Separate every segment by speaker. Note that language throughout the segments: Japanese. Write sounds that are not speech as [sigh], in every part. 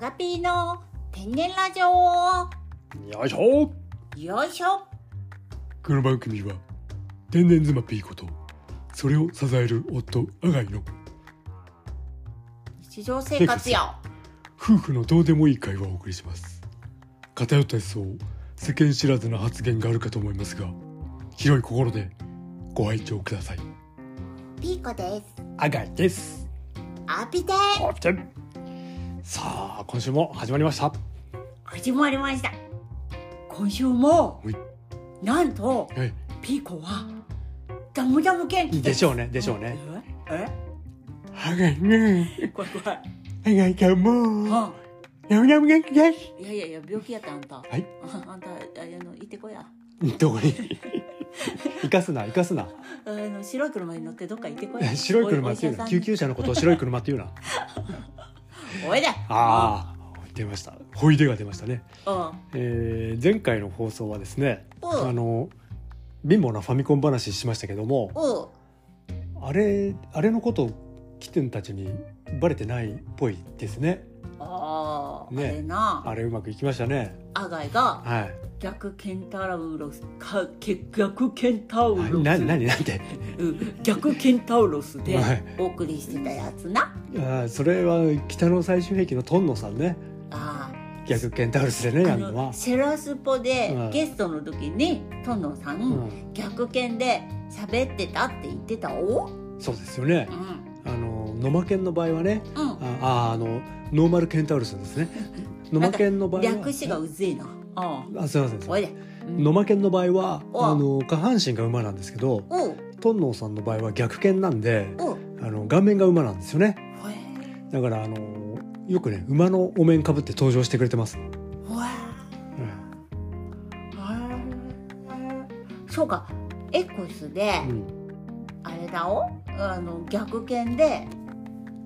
Speaker 1: ガピーの天然ラジオ
Speaker 2: よいしょ
Speaker 1: よいしょ
Speaker 2: この番組は天然妻ピーことそれを支える夫アガイの
Speaker 1: 日常生活
Speaker 2: [laughs]
Speaker 1: や
Speaker 2: 夫婦のどうでもいい会話をお送りします偏った思想世間知らずな発言があるかと思いますが広い心でご愛聴ください
Speaker 1: ピーコです
Speaker 2: アガイです
Speaker 1: アピで
Speaker 2: オプテンさあ今週も始まりました
Speaker 1: 始まりました今週も
Speaker 2: はい
Speaker 1: なんと
Speaker 2: はい
Speaker 1: ピーコはダムダム元気
Speaker 2: でしょうねでしょうね
Speaker 1: え
Speaker 2: アガイね
Speaker 1: え怖い怖い
Speaker 2: アガイちゃんも
Speaker 1: あ
Speaker 2: やむやむ元気です
Speaker 1: いやいやいや病気やったあんた
Speaker 2: はい
Speaker 1: ああんたああの行ってこいや
Speaker 2: どこに [laughs] 生かすな生かすな
Speaker 1: あの白い車に乗ってどっか行ってこいや
Speaker 2: [laughs] 白い車っていう
Speaker 1: おお医者さん
Speaker 2: な
Speaker 1: に
Speaker 2: 救急車のことを白い車ってい
Speaker 1: [laughs]
Speaker 2: うな
Speaker 1: おいで
Speaker 2: ああ出ましたほいでが出ましたね、
Speaker 1: あ
Speaker 2: えー、前回の放送はですね
Speaker 1: うん
Speaker 2: あの貧乏なファミコン話しましたけども
Speaker 1: おう
Speaker 2: あれあれのことをキテンたちにバレてないっぽいですね
Speaker 1: ああ、
Speaker 2: ね
Speaker 1: あれな
Speaker 2: あれうまくいきましたね
Speaker 1: アガイが
Speaker 2: はい
Speaker 1: 逆ケンタウロスかけ逆ケンタウロス
Speaker 2: なな何なんて [laughs]
Speaker 1: うん逆ケンタウロスで
Speaker 2: はい
Speaker 1: お送りしてたやつな、
Speaker 2: あーそれは北の最終兵器のトンノさんね
Speaker 1: あ
Speaker 2: 逆ケンタウルスで
Speaker 1: あ
Speaker 2: ねや
Speaker 1: あ
Speaker 2: るのは
Speaker 1: の、シェラスポで
Speaker 2: うん
Speaker 1: ゲストの時にトンノさん、
Speaker 2: うん、
Speaker 1: 逆剣で喋ってたって言ってたお
Speaker 2: そうですよね
Speaker 1: うん
Speaker 2: あの野間犬の場合はね
Speaker 1: うん
Speaker 2: あああのノーマルケンタウルス
Speaker 1: [laughs]
Speaker 2: ですね。ノマケンの場合は
Speaker 1: 略詞がうぜえな。あ
Speaker 2: あすみませんすい
Speaker 1: お
Speaker 2: ま
Speaker 1: い
Speaker 2: せん。
Speaker 1: で。
Speaker 2: ノマケンの場合は
Speaker 1: おう
Speaker 2: あの下半身が馬なんですけど、
Speaker 1: おう
Speaker 2: トンノーさんの場合は逆犬なんで、
Speaker 1: おう。
Speaker 2: あの顔面が馬なんですよね。
Speaker 1: ほえ
Speaker 2: だからあのよくね馬のお面かぶって登場してくれてます。
Speaker 1: ほえ
Speaker 2: うん
Speaker 1: そうか。X で
Speaker 2: うん
Speaker 1: あれだお。あの逆剣で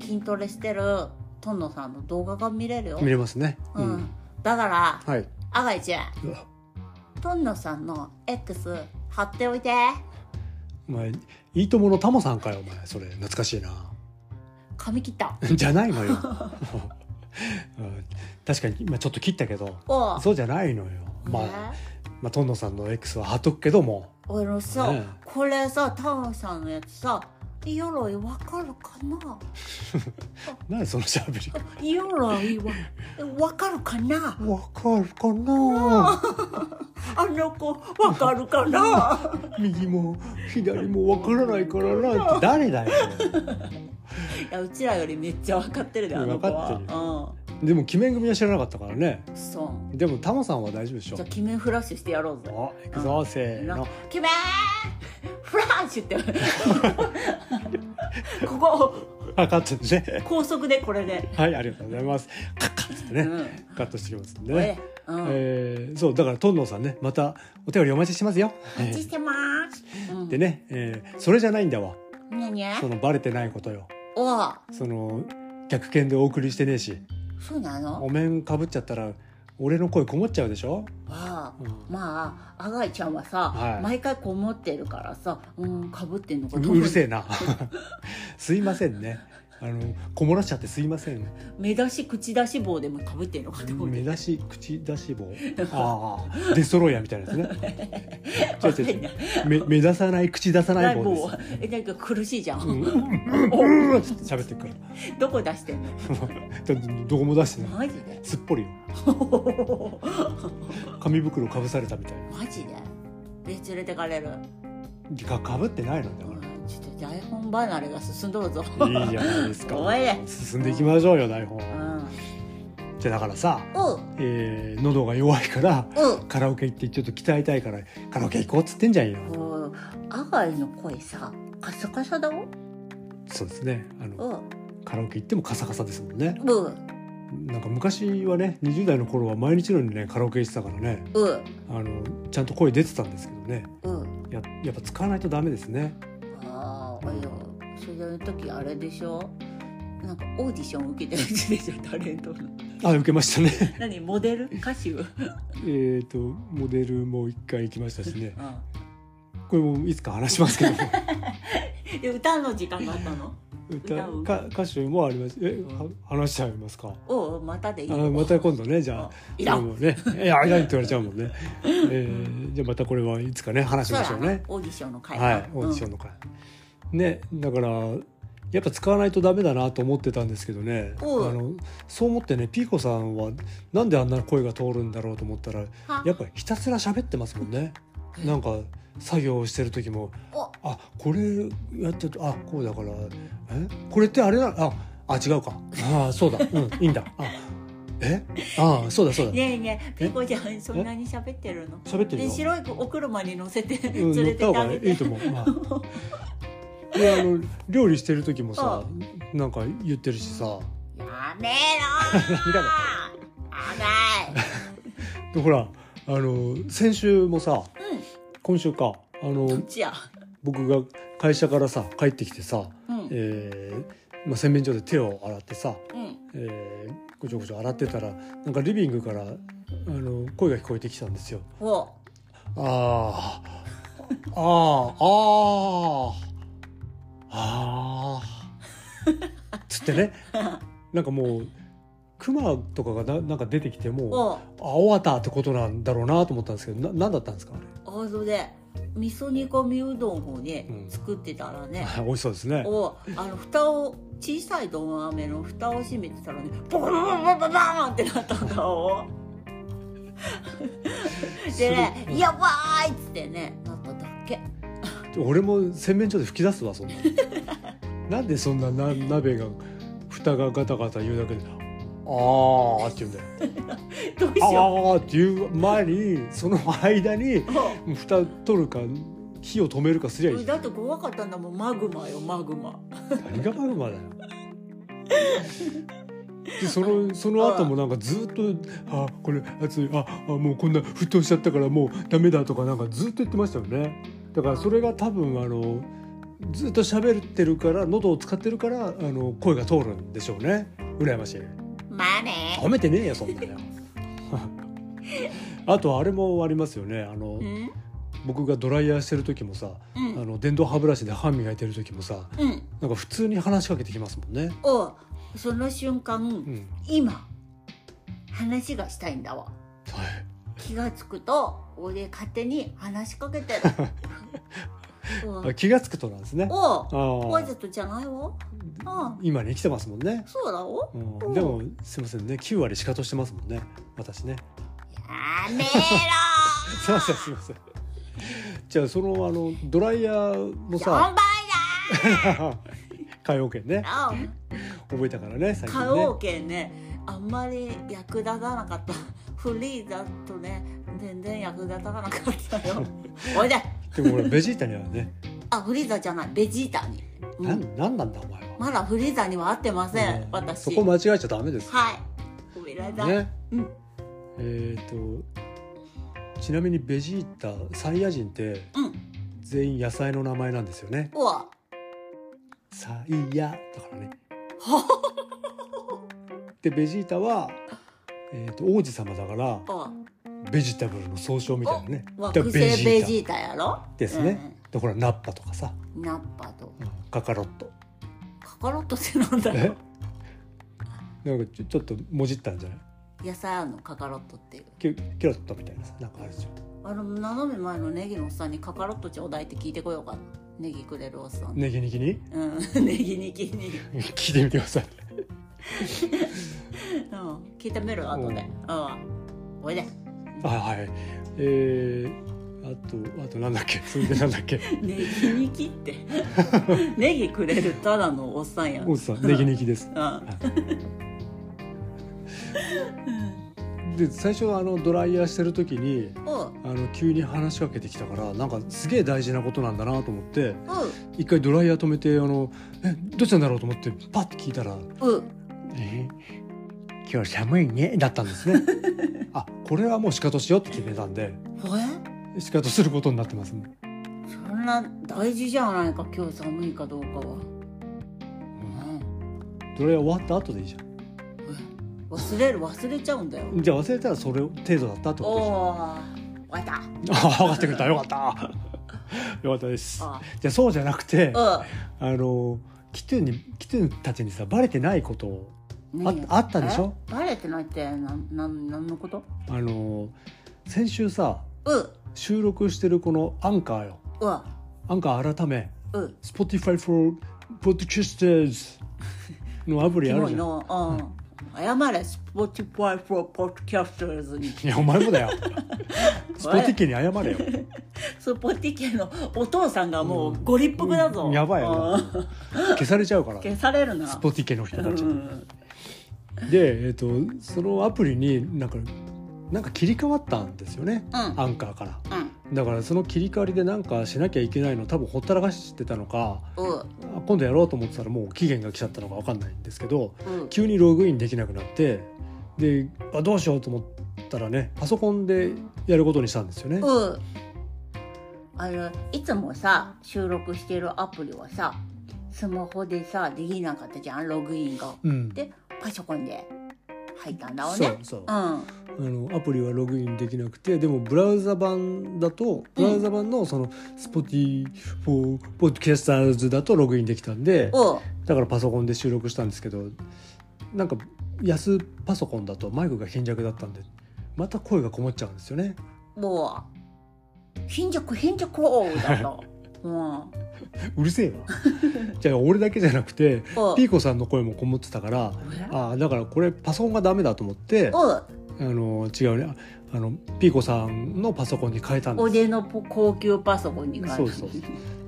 Speaker 1: 筋トレしてるトンノさんの動画が見れるよ
Speaker 2: 見。れますね。
Speaker 1: うん。だから
Speaker 2: はい。
Speaker 1: アガイちゃん
Speaker 2: うわ
Speaker 1: トンノさんの X 貼っておいて。
Speaker 2: お前いいとものタモさんかよお前それ懐かしいな。 [laughs]
Speaker 1: 髪切った。
Speaker 2: じゃな
Speaker 1: [laughs]
Speaker 2: いのよ。うん確かに今ちょっと切ったけど
Speaker 1: おう。
Speaker 2: そうじゃないのよ。まあ。
Speaker 1: ね
Speaker 2: まあ、トンノさんの X は貼っとくけども
Speaker 1: あのさ、
Speaker 2: ねえ
Speaker 1: これさタモさんのやつさ鎧わかるかな
Speaker 2: 何そのしゃべり
Speaker 1: 鎧はわかるかな
Speaker 2: わかるかな
Speaker 1: あの子わかるかな
Speaker 2: 右も左もわからないからなって誰だよ
Speaker 1: いやうちらよりめっちゃわかってるであの子は
Speaker 2: わかってるでも鬼面組は知らなかったからね
Speaker 1: うんそう
Speaker 2: でもタモさんは大丈夫でしょ
Speaker 1: じゃあ鬼面フラッシュしてやろうぜ
Speaker 2: あいくぞせー
Speaker 1: な
Speaker 2: の
Speaker 1: 鬼面フラッシ
Speaker 2: [laughs]
Speaker 1: ュってここ
Speaker 2: あカットでね
Speaker 1: 高速でこれで、
Speaker 2: はいありがとうございますカッカッって
Speaker 1: う
Speaker 2: ね
Speaker 1: ん
Speaker 2: カットしてきますんで
Speaker 1: これ
Speaker 2: ね
Speaker 1: で、うん
Speaker 2: えー、そうだからトンノさんねまたお便りお待ちしてますよ
Speaker 1: お待ちしてます、うん、
Speaker 2: でね、えー、それじゃないんだわ
Speaker 1: 何
Speaker 2: そのバレてないことよ
Speaker 1: おう
Speaker 2: その逆剣でお送りしてねえし
Speaker 1: そうなの
Speaker 2: お面かぶっちゃったら俺の声こもっちゃうでしょ、
Speaker 1: ああ
Speaker 2: うん
Speaker 1: まあ、あがいちゃんはさ、
Speaker 2: はい
Speaker 1: 毎回こもってるからさ、うん、かぶってんのか
Speaker 2: うる
Speaker 1: え。
Speaker 2: せえなすいませんねあのこもらしちゃってすいません
Speaker 1: 目出し、口出し棒でもかぶってんのかと思っ
Speaker 2: 目
Speaker 1: て。
Speaker 2: 出し口出し棒ああデストロイヤーみたいなやつね違う違う違う目目出さない口出さない棒です
Speaker 1: は、え、なんか苦しいじゃん。
Speaker 2: うんうんうんうん喋ってるから
Speaker 1: どこ出してんの
Speaker 2: どどこも出してない
Speaker 1: マジで
Speaker 2: すっぽりよ紙袋かぶされたみたい
Speaker 1: マジでで、連れてかれる。
Speaker 2: なかかぶってないのだ
Speaker 1: う
Speaker 2: か
Speaker 1: んちょっと台本離れが進んどるぞ。
Speaker 2: らいいじゃないですか
Speaker 1: おい
Speaker 2: 進んでいきましょうよ台本
Speaker 1: うん。
Speaker 2: じゃあだからさ
Speaker 1: おう、
Speaker 2: えー喉が弱いから
Speaker 1: おう。
Speaker 2: カラオケ行ってちょっと鍛えたいからカラオケ行こうっつってんじゃんよ
Speaker 1: おうあがいの声さ、カサカサだお
Speaker 2: そうですねあ
Speaker 1: う
Speaker 2: の
Speaker 1: ん。
Speaker 2: カラオケ行ってもカサカサですもんね
Speaker 1: うん。
Speaker 2: なんか昔はね20代の頃は毎日のようにねカラオケ行ってたからね
Speaker 1: うん。
Speaker 2: あのちゃんと声出てたんですけどね
Speaker 1: うん。
Speaker 2: ややっぱ使わないとダメですね
Speaker 1: ああ、いや、それの時あれでしょなんかオーディション受けてる人でしょタレントの。
Speaker 2: [laughs] あ受けましたね [laughs]
Speaker 1: 何モデル歌手うん。
Speaker 2: えっとモデルも一回行きましたし
Speaker 1: [laughs]
Speaker 2: ねこれもいつか話しますけども
Speaker 1: で歌の時間があったの
Speaker 2: 歌
Speaker 1: 歌う
Speaker 2: か歌手もありますえ
Speaker 1: ん
Speaker 2: は話しちゃいますか
Speaker 1: おうまたでいい
Speaker 2: あ
Speaker 1: よ
Speaker 2: また今度ねじゃあ
Speaker 1: いらん
Speaker 2: もうねいやいらんって言われちゃうもんね、えー、じゃあまたこれはいつかね話し
Speaker 1: そう
Speaker 2: ま
Speaker 1: や
Speaker 2: しょう
Speaker 1: な
Speaker 2: ね
Speaker 1: オーディションの会
Speaker 2: はいオーディションの会、ねだからやっぱ使わないとダメだなと思ってたんですけどねあ
Speaker 1: うん
Speaker 2: のそう思ってねピーコさんはなんであんな声が通るんだろうと思ったらやっぱひたすら喋ってますもんねなんか作業してる時も
Speaker 1: お
Speaker 2: あこれやってるとあこうだからえこれってあれだああ違うかあそうだうんいいんだあえあそうだそうだ
Speaker 1: ねえねえピコちゃんそんなに喋ってるの
Speaker 2: 喋ってる
Speaker 1: で
Speaker 2: よ
Speaker 1: 白いお車に乗せて連 [laughs]
Speaker 2: うん乗
Speaker 1: れ
Speaker 2: ってた
Speaker 1: っ
Speaker 2: 方
Speaker 1: てあ
Speaker 2: が
Speaker 1: げ
Speaker 2: いい
Speaker 1: て
Speaker 2: と思う、ま
Speaker 1: [laughs]
Speaker 2: あ、であの料理してる時もさなんか言ってるしさ
Speaker 1: やめろ
Speaker 2: いら
Speaker 1: ー
Speaker 2: でほらあの先週もさ
Speaker 1: 危ない
Speaker 2: 今週かあ
Speaker 1: うん
Speaker 2: の
Speaker 1: どっちや
Speaker 2: 僕が会社からさ帰ってきてさ、
Speaker 1: うん
Speaker 2: えーまあ、洗面所で手を洗ってさ、
Speaker 1: うん
Speaker 2: えー、ごちょごちょ洗ってたらなんかリビングからあの声が聞こえてきたんですよ。
Speaker 1: お
Speaker 2: あーあーああああつって [laughs] ねなんかもうクマとかがななんか出てきてもう
Speaker 1: お
Speaker 2: 青わたってことなんだろうなと思ったんですけどな何だったんですかあれ
Speaker 1: あそれで味噌煮込みうどんをね
Speaker 2: うん
Speaker 1: 作ってたらね、
Speaker 2: [laughs] はい美味しそうですね。
Speaker 1: をあの蓋を小さいどん飴の蓋を閉めてたらねボコボコボコボコボーンってなったんだおでね「
Speaker 2: すごい
Speaker 1: やばーい!」っつってねなっただけ
Speaker 2: 俺も洗面所で吹き出すわそんな [laughs] のなんでそんなな鍋が蓋がガタガタ言うだけで「あー」って言うんだよ
Speaker 1: どうし
Speaker 2: 「あ
Speaker 1: よ
Speaker 2: ー」っていう前にその間に
Speaker 1: う
Speaker 2: 蓋取るか火を止めるかすりゃい
Speaker 1: お
Speaker 2: いじゃん
Speaker 1: だって怖かったんだもんマグマよマグマ
Speaker 2: 何がマグマだよでそのその後もなんかずっと「あこれ熱いああもうこんな沸騰しちゃったからもうダメだ」とかなんかずっと言ってましたよねだからそれが多分あのずっと喋ってるから喉を使ってるからあの声が通るんでしょうね羨ましい
Speaker 1: まあね
Speaker 2: 褒めてねえよそんなよ [laughs] あとあれもありますよねあの
Speaker 1: うん
Speaker 2: 僕がドライヤーしてる時もさ
Speaker 1: う
Speaker 2: あ
Speaker 1: ん
Speaker 2: の電動歯ブラシで歯磨いてる時もさ
Speaker 1: うん
Speaker 2: なんか普通に話しかけてきますもんね
Speaker 1: おその瞬間、
Speaker 2: うん
Speaker 1: 今話がしたいんだわ
Speaker 2: はい
Speaker 1: 気がつくと俺勝手に話しかけ [laughs] てる、う
Speaker 2: あ
Speaker 1: ん、
Speaker 2: 気がつくとなんですね。あ
Speaker 1: おうわ
Speaker 2: あ
Speaker 1: ざとじゃないわあ
Speaker 2: 今ね生きてますもんね。
Speaker 1: そうだお
Speaker 2: うん、でもすいませんね9割仕方してますもんね私ね。
Speaker 1: や [laughs] めろ
Speaker 2: すいませんすいません。じゃあそのあのドライヤー
Speaker 1: 本
Speaker 2: もさ
Speaker 1: 番
Speaker 2: [laughs] 海洋圏ね
Speaker 1: だよ
Speaker 2: 覚えたからね最近
Speaker 1: カ
Speaker 2: ね。
Speaker 1: ラオケねあんまり役立たなかった [laughs] フリーだとね全然役立たなかったよおいで
Speaker 2: でも俺ベジータにはね
Speaker 1: あフリーザじゃないベジータに、 [laughs] うん
Speaker 2: なんなんなんだお前は。
Speaker 1: まだフリーザには会ってません、
Speaker 2: うん
Speaker 1: 私
Speaker 2: そこ間違えちゃダメです。
Speaker 1: はいごめんなさい、
Speaker 2: ね。
Speaker 1: うん
Speaker 2: えっ、とちなみにベジータサイヤ人って
Speaker 1: うん
Speaker 2: 全員野菜の名前なんですよね。
Speaker 1: うわ
Speaker 2: サイヤだから
Speaker 1: [laughs]
Speaker 2: ね。でベジータは、えー、と王子様だから
Speaker 1: うわ
Speaker 2: ベジタブルの総称みたいなね。だ
Speaker 1: 惑
Speaker 2: から
Speaker 1: 星ベジ
Speaker 2: ー
Speaker 1: ータやろ
Speaker 2: タですね。でほらナッパとかさ、
Speaker 1: うんナッパと
Speaker 2: カカロッ
Speaker 1: [laughs]
Speaker 2: ト。
Speaker 1: カカロットってなんだ
Speaker 2: え
Speaker 1: よ？
Speaker 2: なんかちょちょっともじったんじゃない？
Speaker 1: 野菜あんのカカロットっていう
Speaker 2: キュキャロットみたいなさなんかあるでしょ。
Speaker 1: あの斜め前のネギのおっさんにカカロットちょうだいって聞いてこようかなネギくれるおっさん、
Speaker 2: ネギネギに [laughs]
Speaker 1: うん [laughs] ネギに気に、
Speaker 2: 聞いてみてください。
Speaker 1: うん、聞いてみる後でうんおいで
Speaker 2: あはい。えー、あとあとなんだっけ？それでなんだっけ？
Speaker 1: ネギにきって [laughs] ネギくれるただのおっさんやん
Speaker 2: 王子さんネギネギです。
Speaker 1: うん
Speaker 2: で最初あのドライヤーしてる時に
Speaker 1: おう
Speaker 2: あの急に話しかけてきたからなんかすげえ大事なことなんだなと思って
Speaker 1: おう
Speaker 2: 一回ドライヤー止めてあのえどうしたんだろうと思ってパッて聞いたら
Speaker 1: う
Speaker 2: 「え今日寒いね」だったんですね。あこれはもう仕方しようって決めたんで
Speaker 1: ほえ
Speaker 2: 仕方することになってますね。
Speaker 1: そんな大事じゃないか今日寒いかどうかは、うん、
Speaker 2: ドライヤー終わった後でいいじゃん。
Speaker 1: 忘れる忘れちゃうんだよ
Speaker 2: じゃあ忘れたらそれ程度だったって
Speaker 1: お
Speaker 2: ことでしょ。
Speaker 1: お終わった
Speaker 2: [laughs] あ分かってくれ [laughs] たよかった。よかったです。
Speaker 1: あ
Speaker 2: じゃあそうじゃなくて
Speaker 1: あ
Speaker 2: あのキトゥにキトゥたちにさバレてないことをあ
Speaker 1: ねえ
Speaker 2: あったでしょ
Speaker 1: えバレてないってなんなんなんのこと
Speaker 2: あの先週さ
Speaker 1: う
Speaker 2: 収録してるこのアンカーよ
Speaker 1: うわ
Speaker 2: アンカー改め
Speaker 1: う
Speaker 2: Spotify for
Speaker 1: [laughs]
Speaker 2: Podcasters のアプリ
Speaker 1: キ
Speaker 2: ある
Speaker 1: モ
Speaker 2: じ
Speaker 1: い
Speaker 2: ゃん
Speaker 1: のうん謝れ Spotify for Podcasters に
Speaker 2: いやお前もだ
Speaker 1: [laughs]
Speaker 2: よスポティケに謝れよ
Speaker 1: スポティケのお父さんがもうご立腹だぞ、
Speaker 2: うんやばい
Speaker 1: う
Speaker 2: よ
Speaker 1: ん
Speaker 2: 消されちゃうから
Speaker 1: 消されるな
Speaker 2: スポティケの人たち、
Speaker 1: うん
Speaker 2: で、えっとそのアプリになんかなんか切り替わったんですよね、
Speaker 1: うん
Speaker 2: アンカーから
Speaker 1: うん
Speaker 2: だからその切り替わりでなんかしなきゃいけないの多分ほったらかしてたのか
Speaker 1: う
Speaker 2: あ今度やろうと思ってたらもう期限が来ちゃったのか分かんないんですけど
Speaker 1: うん
Speaker 2: 急にログインできなくなってであどうしようと思ったらねパソコンでやることにしたんですよね。
Speaker 1: うんあのいつもさ収録してるアプリはさスマホでさできなかったじゃんログインが
Speaker 2: うん、
Speaker 1: でパソコンで入ったんだわ
Speaker 2: そ
Speaker 1: ね
Speaker 2: うそう
Speaker 1: うん
Speaker 2: あのアプリはログインできなくてでもブラウザ版だとブラウザ版のその Spotify for Podcasters だとログインできたんで
Speaker 1: おう
Speaker 2: だからパソコンで収録したんですけどなんか安パソコンだとマイクが貧弱だったんでまた声がこもっちゃうんですよね
Speaker 1: もう [laughs] 貧弱貧弱王だとうんお
Speaker 2: うるせえわ [laughs] じゃあ俺だけじゃなくて
Speaker 1: う
Speaker 2: ピーコさんの声もこもってたからああだからこれパソコンがダメだと思ってあ
Speaker 1: おう
Speaker 2: の違うねあのピーコさんのパソコンに変えたんです
Speaker 1: 俺の高級パソコンに変えた
Speaker 2: そうそう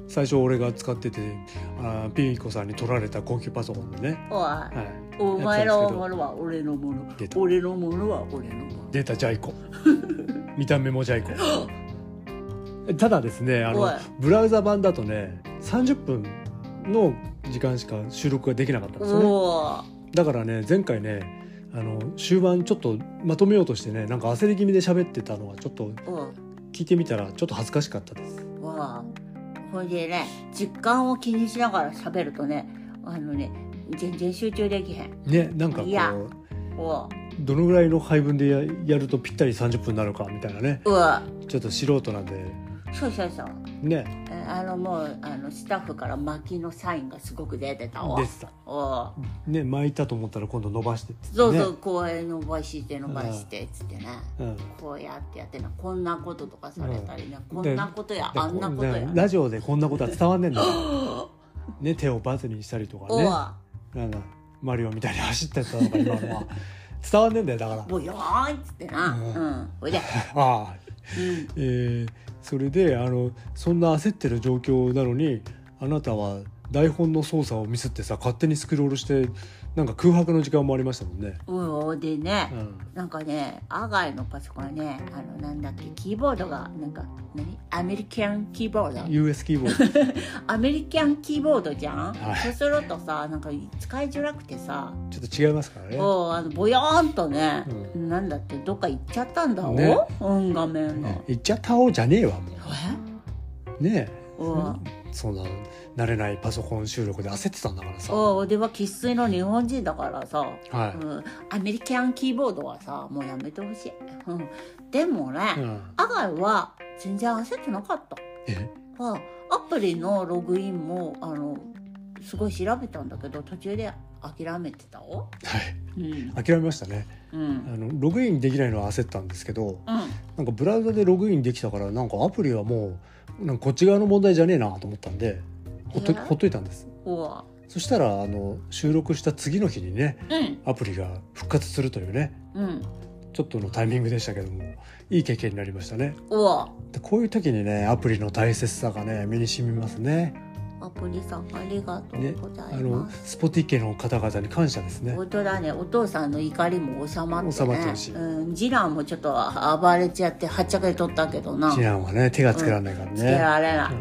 Speaker 2: 最初俺が使っててあーピーコさんに取られた高級パソコンでね、
Speaker 1: おい
Speaker 2: はい、
Speaker 1: お前のものは俺のもの
Speaker 2: 出た
Speaker 1: 俺のものは俺のもの
Speaker 2: 出たジャ
Speaker 1: [laughs]
Speaker 2: イコ見た目もジ
Speaker 1: [gasps]
Speaker 2: ャイコただですねあ
Speaker 1: おい
Speaker 2: のブラウザ版だとね30分の時間しか収録ができなかったんですよね
Speaker 1: お
Speaker 2: だからね前回ねあの終盤ちょっとまとめようとしてねなんか焦り気味で喋ってたのがちょっと
Speaker 1: おお
Speaker 2: 聞いてみたらちょっと恥ずかしかったです
Speaker 1: わあほいでね時間を気にしながら喋るとねあのね全然集中できへん
Speaker 2: ねなんかこ
Speaker 1: いや
Speaker 2: う
Speaker 1: おう
Speaker 2: どのぐらいの配分でややるとぴったり30分になるかみたいなね
Speaker 1: うわ
Speaker 2: ちょっと素人なんで
Speaker 1: そうそうそう
Speaker 2: ね
Speaker 1: えあのもうあのスタッフから巻きのサインがすごく出てたわ
Speaker 2: 出てた
Speaker 1: おう
Speaker 2: ね巻いたと思ったら今度伸ばしてっつってね
Speaker 1: そうそう、こう伸ばして伸ばしてっつってね
Speaker 2: うん
Speaker 1: こうやってやってなこんなこととかされたりね、こんなことや
Speaker 2: だ
Speaker 1: あんなことや
Speaker 2: ねラジオでこんなことは伝わんねえんだよ
Speaker 1: [gasps]
Speaker 2: ね手をバツにしたりとか
Speaker 1: お
Speaker 2: ね
Speaker 1: う
Speaker 2: なんだマリオみたいに走ってったのか今のは伝わんねえんだよだから
Speaker 1: ぼよーんっつってな
Speaker 2: うん
Speaker 1: うんおいで
Speaker 2: ああ
Speaker 1: うん
Speaker 2: えーそれであのそんな焦ってる状況なのにあなたは台本の操作をミスってさ勝手にスクロールしてなんか空白の時間もありましたもんね。
Speaker 1: おうで
Speaker 2: う
Speaker 1: ね、
Speaker 2: ん
Speaker 1: なんかねアガイのパソコンはねあのなんだっけキーボードがなんか何アメリカンキーボード
Speaker 2: US キーボード
Speaker 1: アメリカンキーボードじゃん、
Speaker 2: はい
Speaker 1: そうするとさなんか使いづらくてさ
Speaker 2: ちょっと違いますからね。
Speaker 1: おうあのぼよーんとね、なんだってどっか行っちゃったんだお、
Speaker 2: ね
Speaker 1: うん画面の、
Speaker 2: ね行っちゃったおうじゃねえわもうねえ
Speaker 1: おう
Speaker 2: そんな慣れないパソコン収録で焦ってたんだからさ、は
Speaker 1: おう俺は生粋の日本人だからさうん、アメリカンキーボードはさもうやめてほしい、うん、でもね、
Speaker 2: い、うん、
Speaker 1: アガイは全然焦ってなかった
Speaker 2: え
Speaker 1: あアプリのログインもあのすごい調べたんだけど途中で諦めてたよ
Speaker 2: はい
Speaker 1: うん
Speaker 2: 諦めましたね
Speaker 1: う
Speaker 2: あ
Speaker 1: ん
Speaker 2: のログインできないのは焦ったんですけど
Speaker 1: うん
Speaker 2: なんかブラウザでログインできたからなんかアプリはもうなんかこっち側の問題じゃねえなと思ったんでほっと
Speaker 1: えー
Speaker 2: ほっといたんです
Speaker 1: おわ
Speaker 2: そしたらあの収録した次の日にね
Speaker 1: うん
Speaker 2: アプリが復活するというね
Speaker 1: うん
Speaker 2: ちょっとのタイミングでしたけどもいい経験になりましたね
Speaker 1: おわ
Speaker 2: でこういう時にねアプリの大切さがね身に染みますね
Speaker 1: アプリさんありがとう
Speaker 2: ね
Speaker 1: ござ
Speaker 2: あ
Speaker 1: い
Speaker 2: の
Speaker 1: ます、
Speaker 2: スポティケの方々に感謝ですね
Speaker 1: 本当だねお父さんの怒りも収まってね
Speaker 2: 収まってほしい
Speaker 1: うん、次男もちょっと暴れちゃってはっちゃけとったけどな
Speaker 2: 次男はね手がつけられないから
Speaker 1: つけ
Speaker 2: ね、
Speaker 1: られない、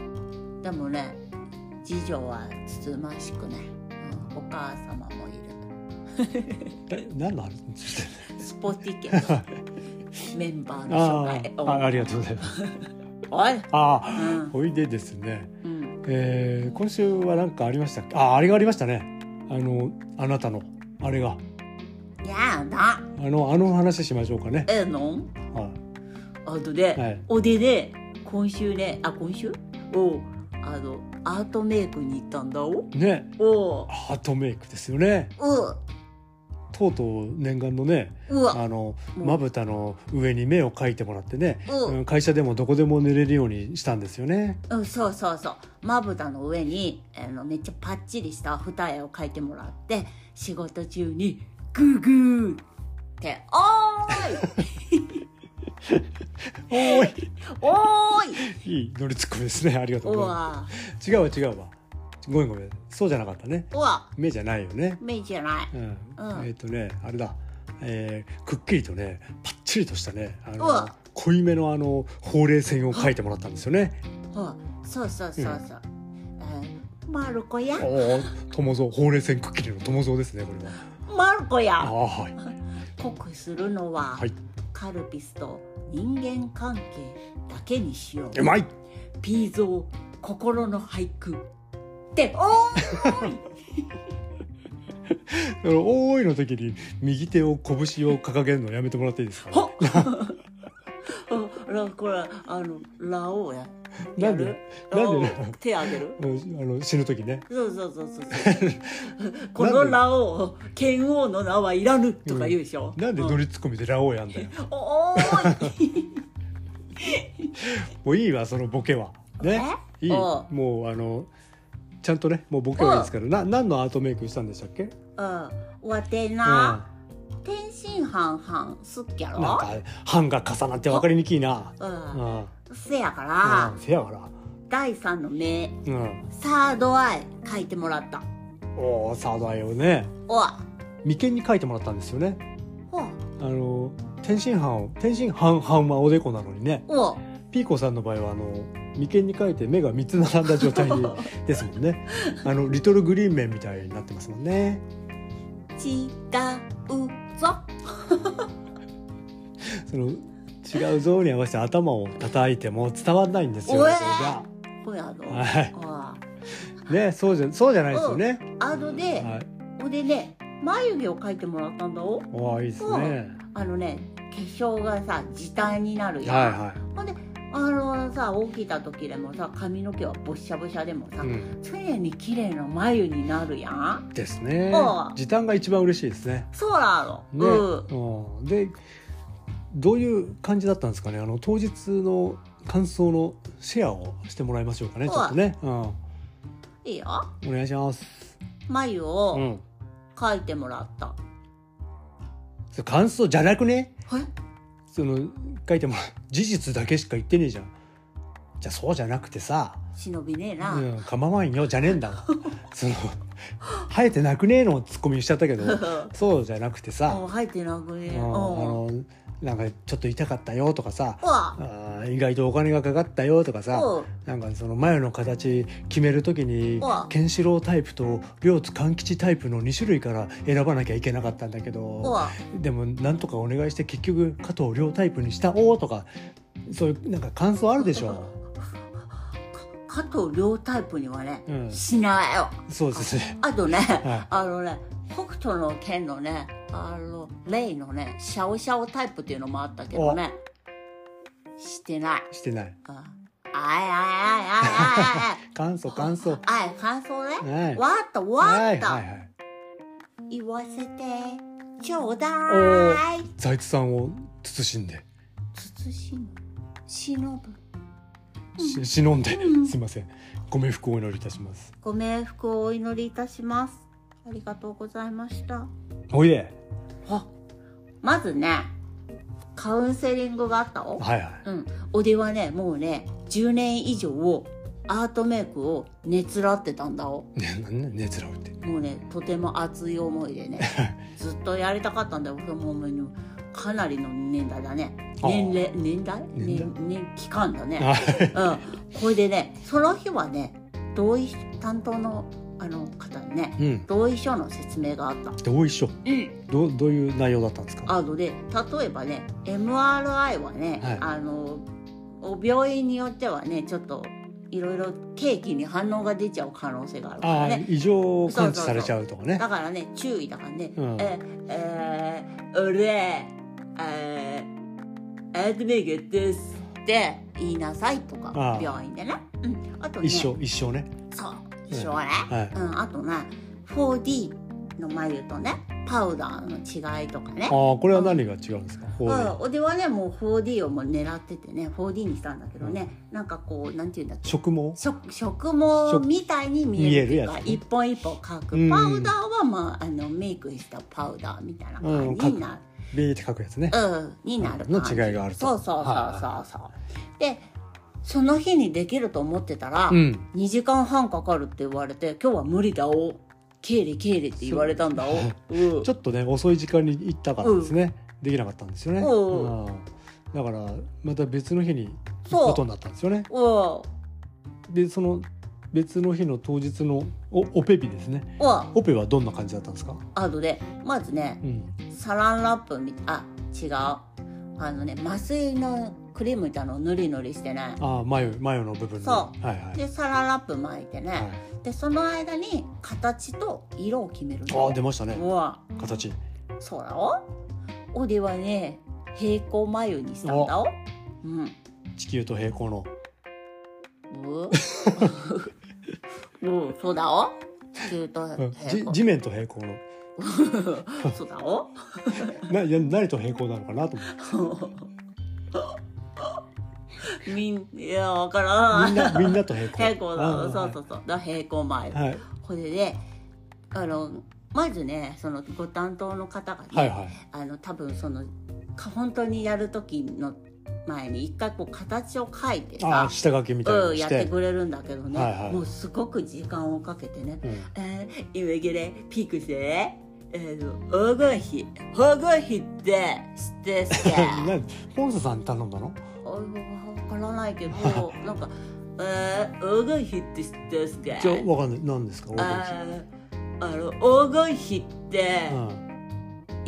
Speaker 1: うんでもね次女はつつましくね、うん、お母様もいる
Speaker 2: え何の話
Speaker 1: スポティケのメンバーの紹
Speaker 2: [laughs] あ
Speaker 1: 介
Speaker 2: ーあありがとうございます
Speaker 1: おい
Speaker 2: あ
Speaker 1: うん
Speaker 2: あおいでですね
Speaker 1: うん
Speaker 2: えー今週は何かありましたっけああれがありましたねあのあなたのあれが
Speaker 1: やだ
Speaker 2: あのあの話しましょうかね
Speaker 1: ええの
Speaker 2: は
Speaker 1: あとで、
Speaker 2: はい
Speaker 1: おでで今週ねあ今週おうあのアートメイクに行ったんだお
Speaker 2: ね
Speaker 1: おう
Speaker 2: アートメイクですよね
Speaker 1: う
Speaker 2: とうとう念願のね
Speaker 1: うわ
Speaker 2: あの
Speaker 1: うん
Speaker 2: まぶたの上に目を描いてもらってね、
Speaker 1: う
Speaker 2: うんん会社でもどこでも塗れるようにしたんですよね
Speaker 1: うん、そうそうそうまぶたの上にあのめっちゃパッチリした二重を描いてもらって仕事中にグーグーって「おーい
Speaker 2: [laughs] おー
Speaker 1: おーい!
Speaker 2: いいいノリツッコミですねありが」とう
Speaker 1: う
Speaker 2: ございま
Speaker 1: わ
Speaker 2: す違うわ違うわごめんごめんそうじゃなかったね
Speaker 1: うわ
Speaker 2: 目じゃないよね
Speaker 1: 目じゃない
Speaker 2: うん、
Speaker 1: うん
Speaker 2: えっ、とねあれだ、えーくっきりとねパッチリとしたねあ
Speaker 1: う
Speaker 2: の
Speaker 1: わ
Speaker 2: 濃いめのあのほうれい線を描いてもらったんですよね
Speaker 1: うんそうそうそうそう、うん、マルコや
Speaker 2: おお友蔵ほうれい線くっきりの友蔵ですねこれは
Speaker 1: マルコ
Speaker 2: あ
Speaker 1: や
Speaker 2: あはい
Speaker 1: 濃くするのは、
Speaker 2: はい
Speaker 1: カルピスと人間関係だけにしよう
Speaker 2: うまい
Speaker 1: ピーゾー心の俳句っておーい
Speaker 2: あのおーいの時に右手を拳を掲げるのやめてもらっていいですか、
Speaker 1: ほっあこれあのラオウや
Speaker 2: な
Speaker 1: や
Speaker 2: んで
Speaker 1: る
Speaker 2: な
Speaker 1: ラ
Speaker 2: んで
Speaker 1: オウ
Speaker 2: なん
Speaker 1: 手あげる
Speaker 2: うんあの死ぬ時ね
Speaker 1: そうそうそうそうそう
Speaker 2: [laughs]
Speaker 1: このラオウ剣王の名はいらぬとか言うでしょ、
Speaker 2: なんで
Speaker 1: う
Speaker 2: ドリツッコミでラオウやんだよ
Speaker 1: おーい
Speaker 2: もういいわそのボケはね
Speaker 1: え
Speaker 2: いい
Speaker 1: おう
Speaker 2: もうあのちゃんとねもうボケはいいですからな何のアートメイクしたんでしたっけ
Speaker 1: うんわて
Speaker 2: うん
Speaker 1: な、天津飯飯好きやろ
Speaker 2: なんか版が重なって分かりにくいな。
Speaker 1: う、
Speaker 2: うんん。
Speaker 1: せやから、
Speaker 2: うんせやから。
Speaker 1: 第三の目
Speaker 2: うん。
Speaker 1: サードアイ書いてもらった
Speaker 2: おお、サードアイをね。
Speaker 1: おわ
Speaker 2: 眉間に書いてもらったんですよね。
Speaker 1: ほう
Speaker 2: あの天津飯を天津飯飯はおでこなのにね。
Speaker 1: おう
Speaker 2: ピーコさんの場合はあの眉間に書いて目が三つ並んだ状
Speaker 1: [laughs]
Speaker 2: 態にですもんね。あのリトルグリーンメンみたいになってますもんね。
Speaker 1: 違うぞ
Speaker 2: その違う像に合わせて頭を叩いても伝わらないんですよ。
Speaker 1: おえ
Speaker 2: それが
Speaker 1: ほやぞ
Speaker 2: はい
Speaker 1: おわ
Speaker 2: ね、そうじゃそうじゃないですよね。
Speaker 1: あとで、
Speaker 2: はい。
Speaker 1: ほんでね眉毛を描いてもらったんだお
Speaker 2: おーいいですね。
Speaker 1: あのね化粧がさ時短になるやん、
Speaker 2: はいは
Speaker 1: ほんであのさ起きた時でもさ髪の毛はぼっしゃぼしゃでもさ、
Speaker 2: い。うん。
Speaker 1: 常に綺麗な眉になるやん
Speaker 2: ですね
Speaker 1: うん
Speaker 2: 時短が一番嬉しいですね
Speaker 1: そうなの、
Speaker 2: ね、
Speaker 1: うん
Speaker 2: うんでどういう感じだったんですかねあの当日の感想のシェアをしてもらいましょうかね
Speaker 1: うん
Speaker 2: ちょっとね、うん、
Speaker 1: いいよ
Speaker 2: お願いします、
Speaker 1: 眉
Speaker 2: う
Speaker 1: を
Speaker 2: ん、
Speaker 1: 描いてもらった、
Speaker 2: それ感想じゃなくね
Speaker 1: え
Speaker 2: その書いてもらう事実だけしか言ってねえじゃんじゃあそうじゃなくてさ
Speaker 1: 忍びねえ
Speaker 2: 「
Speaker 1: な、 [laughs]
Speaker 2: うん、構わんよ」じゃねえん [laughs] だその生えてなくねえのをツッコミにしちゃったけどそうじゃなくて
Speaker 1: も
Speaker 2: さ
Speaker 1: う入ってなく
Speaker 2: 「う
Speaker 1: ね
Speaker 2: ん
Speaker 1: うんう
Speaker 2: あのなんかちょっと痛かったよ」とかさ
Speaker 1: わ
Speaker 2: あー意外とお金がかかったよとかさ
Speaker 1: うん
Speaker 2: なんかその眉の形決める時に
Speaker 1: うん
Speaker 2: ケンシロウタイプと両津勘吉タイプの2種類から選ばなきゃいけなかったんだけ
Speaker 1: う
Speaker 2: ど
Speaker 1: わ
Speaker 2: でもなんとかお願いして結局加藤両タイプにしたおーとかそういうなんか感想あるでしょ。
Speaker 1: 加藤両タイプにはね、
Speaker 2: うん
Speaker 1: しないよ
Speaker 2: そうですね。
Speaker 1: あとね、
Speaker 2: はい
Speaker 1: あのね北斗の剣のねあのレイのねシャオシャオタイプっていうのもあったけどねしてない
Speaker 2: してない。
Speaker 1: ああ
Speaker 2: [laughs]
Speaker 1: い
Speaker 2: 感想感想。は
Speaker 1: あいあいあいあいあい感想ね、
Speaker 2: はい
Speaker 1: わーったわー
Speaker 2: いはい
Speaker 1: った、
Speaker 2: はい。
Speaker 1: 言わせてちょうだ
Speaker 2: おー
Speaker 1: い
Speaker 2: 財津さんを慎んで
Speaker 1: 慎む忍ぶ
Speaker 2: し忍んで
Speaker 1: うん
Speaker 2: すいませんご冥福をお祈りいたします。
Speaker 1: ご冥福をお祈りいたしますありがとうございました
Speaker 2: おいで。
Speaker 1: あまずねカウンセリングがあったお、
Speaker 2: はいはい。
Speaker 1: うん、おではねもうね10年以上アートメイクを熱らってたんだお
Speaker 2: ね、なんね、ねつらうって。
Speaker 1: もうねとても熱い思いで
Speaker 2: [laughs]
Speaker 1: ねずっとやりたかったんだよもうもうかなりの年代だね
Speaker 2: あー
Speaker 1: 年齢年代
Speaker 2: 年
Speaker 1: 年
Speaker 2: 代
Speaker 1: 年期間だね
Speaker 2: あ
Speaker 1: うんこれでねその日はね同意担当のあの方にね
Speaker 2: うん。
Speaker 1: 同意書の説明があった
Speaker 2: 同意書。
Speaker 1: うん
Speaker 2: どう、どういう内容だったんですか。
Speaker 1: あのね例えばね MRI はね、
Speaker 2: はい
Speaker 1: あのお病院によってはねちょっといろいろ定期に反応が出ちゃう可能性があるか
Speaker 2: あ
Speaker 1: ら
Speaker 2: あ、
Speaker 1: ね
Speaker 2: 異常を感知されちゃうとかね。
Speaker 1: だからね注意だからね、
Speaker 2: うん
Speaker 1: ええー、俺えー、アートメイクですって言いなさいとか
Speaker 2: ああ
Speaker 1: 病院でね、うん、あとね
Speaker 2: 一生一生ね
Speaker 1: そう一緒ね、
Speaker 2: はい
Speaker 1: うん、あとね 4D の眉とねパウダーの違いとかね
Speaker 2: ああこれは何が違うんですかほう
Speaker 1: うん、俺はねもう 4D をもう狙っててね 4D にしたんだけどね、なんかこうなんていうんだっけ
Speaker 2: 植毛
Speaker 1: 食食毛みたいに見えるっていうか
Speaker 2: 見えるやつ
Speaker 1: 一本一本描
Speaker 2: うん
Speaker 1: くパウダーは、まあ、あのメイクしたパウダーみたいな感じになる、
Speaker 2: ビーって書くやつね
Speaker 1: うんになる
Speaker 2: の
Speaker 1: 感じ
Speaker 2: 違いがあると
Speaker 1: そうそうそうそうそう、でその日にできると思ってたら、
Speaker 2: うん
Speaker 1: 2時間半かかるって言われて今日は無理だお経理経理って言われたんだおうん
Speaker 2: ちょっとね遅い時間に行ったからですね、できなかったんですよね、
Speaker 1: うん
Speaker 2: うんだからまた別の日に行く
Speaker 1: そう
Speaker 2: ことになったんですよね
Speaker 1: お
Speaker 2: でその別の日の当日のおオペ日ですね
Speaker 1: お
Speaker 2: オペはどんな感じだったんですか、
Speaker 1: あとでまずね
Speaker 2: うん、
Speaker 1: サランラップみあ違うあのね麻酔のクリームみたいなのを塗り塗りしてね
Speaker 2: ああ眉眉の部分の
Speaker 1: そ
Speaker 2: はいはい、
Speaker 1: でサランラップ巻いてね、
Speaker 2: はい、
Speaker 1: でその間に形と色を決める
Speaker 2: あ
Speaker 1: の
Speaker 2: あ出ましたね
Speaker 1: うわ
Speaker 2: 形
Speaker 1: そうだお俺はね平行眉にしたんだおうん
Speaker 2: 地球と平行の [laughs]
Speaker 1: うんうんそうだお地球と
Speaker 2: うん
Speaker 1: 平
Speaker 2: じ
Speaker 1: 行
Speaker 2: 地面と平行の
Speaker 1: そうだ
Speaker 2: [laughs]
Speaker 1: お
Speaker 2: なや何と平行なのか
Speaker 1: [laughs]
Speaker 2: なと思って
Speaker 1: みんいやわから
Speaker 2: みん
Speaker 1: ない
Speaker 2: なみんなと平行
Speaker 1: 平行
Speaker 2: あ
Speaker 1: だ
Speaker 2: あ
Speaker 1: そうそうそうだ平行眉
Speaker 2: はいはい
Speaker 1: これであのまずねそのご担当の方がね、
Speaker 2: はいはい
Speaker 1: あの多分そのか本当にやる時の前に一回こう形を書いて
Speaker 2: あ
Speaker 1: さ
Speaker 2: あ、下書きみたいな
Speaker 1: う
Speaker 2: の
Speaker 1: ん、や
Speaker 2: し
Speaker 1: っててくれるんだけどね、
Speaker 2: はいはい
Speaker 1: もうすごく時間をかけてね
Speaker 2: うん
Speaker 1: 「えー、今ぐらいピークして、えー、黄金比黄金比って知ってっすか
Speaker 2: なポンセさんに頼んだの
Speaker 1: あわからないけどなんか「えー、黄金比って知ってっすか?」
Speaker 2: じゃわかんない何ですかオープ
Speaker 1: あーあの黄金比って
Speaker 2: ンセ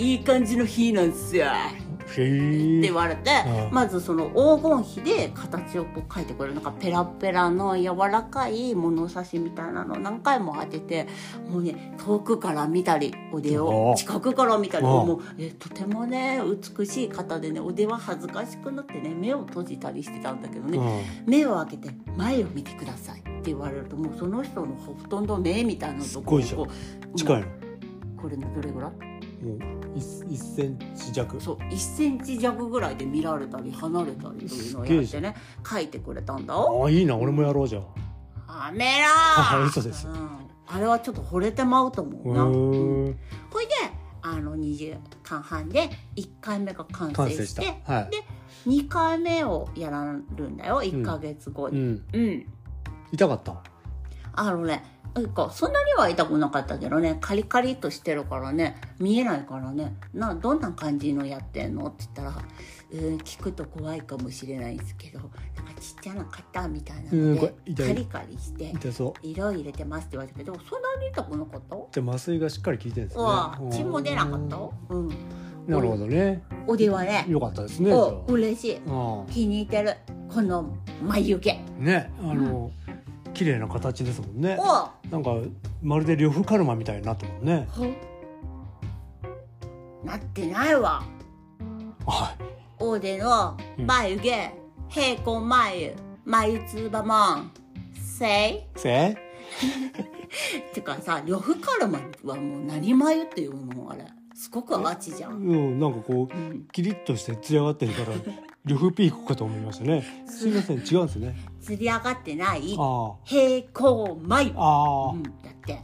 Speaker 1: いい感じの比なんすよって
Speaker 2: うんへえ
Speaker 1: 言われて、
Speaker 2: うん
Speaker 1: まずその黄金比で形をこう描いてくれるなんかペラペラの柔らかい物差しみたいなのを何回も当ててもうね遠くから見たり腕
Speaker 2: う
Speaker 1: を
Speaker 2: ん
Speaker 1: 近くから見たり
Speaker 2: うん
Speaker 1: もうえとてもね美しい方でね腕は恥ずかしくなってね目を閉じたりしてたんだけどね、
Speaker 2: う
Speaker 1: 目を開けて前を見てくださいって言われるともうその人のほとんど目みたいなところ
Speaker 2: すごい
Speaker 1: こ
Speaker 2: ん近いの
Speaker 1: うこれのどれぐらい
Speaker 2: もう一一センチ弱
Speaker 1: そう1センチ弱ぐらいで見られたり離れたりというのをやってね書いてくれたんだお
Speaker 2: ああいいな俺もやろうじゃん
Speaker 1: やめ
Speaker 2: あ
Speaker 1: ろー
Speaker 2: 嘘です
Speaker 1: うんあれはちょっと惚れてまうと思うなうん
Speaker 2: へえ
Speaker 1: ほいであの2時間半で1回目が完成
Speaker 2: 完
Speaker 1: して
Speaker 2: 成したは
Speaker 1: で2回目をやらるんだよ1か月後
Speaker 2: い
Speaker 1: に
Speaker 2: うん
Speaker 1: うん
Speaker 2: 痛かった
Speaker 1: あのねなんかそんなには痛くなかったけどねカリカリっとしてるからね見えないからねなどんな感じのやってんのって言ったら、うーん、聞くと怖いかもしれないんですけどなんかちっちゃな型みたいな
Speaker 2: う
Speaker 1: の
Speaker 2: んこ
Speaker 1: で
Speaker 2: れ痛
Speaker 1: カ
Speaker 2: い
Speaker 1: リカリして
Speaker 2: 痛そう
Speaker 1: 色入れてますって言われたけどそんなに痛くなかった
Speaker 2: じゃあ麻酔がしっかり効いてるんです
Speaker 1: う
Speaker 2: ね
Speaker 1: わ
Speaker 2: うん
Speaker 1: 血も出なかったうん
Speaker 2: なるほどね
Speaker 1: おではね
Speaker 2: よかったですねじゃあ
Speaker 1: お嬉しい
Speaker 2: うん
Speaker 1: 気に入ってるこの眉毛
Speaker 2: ねあの綺麗な形ですもんね
Speaker 1: おほ
Speaker 2: なんかまるで呂布カルマみたいになってもんね
Speaker 1: なってないわ
Speaker 2: は
Speaker 1: オーデの眉毛、平行眉、眉唾もん、せい
Speaker 2: いせ
Speaker 1: てかさ、呂布カルマはもう何眉っていうのあれ。すごくアーチじゃん。
Speaker 2: うんなんかこう
Speaker 1: うん
Speaker 2: キリッとしてつり上がってる
Speaker 1: [laughs]
Speaker 2: から呂布ピークかと思いましたねすいません違うんですね
Speaker 1: 釣り上がってない、
Speaker 2: あ
Speaker 1: 平行眉。
Speaker 2: あああ、
Speaker 1: うん、だって。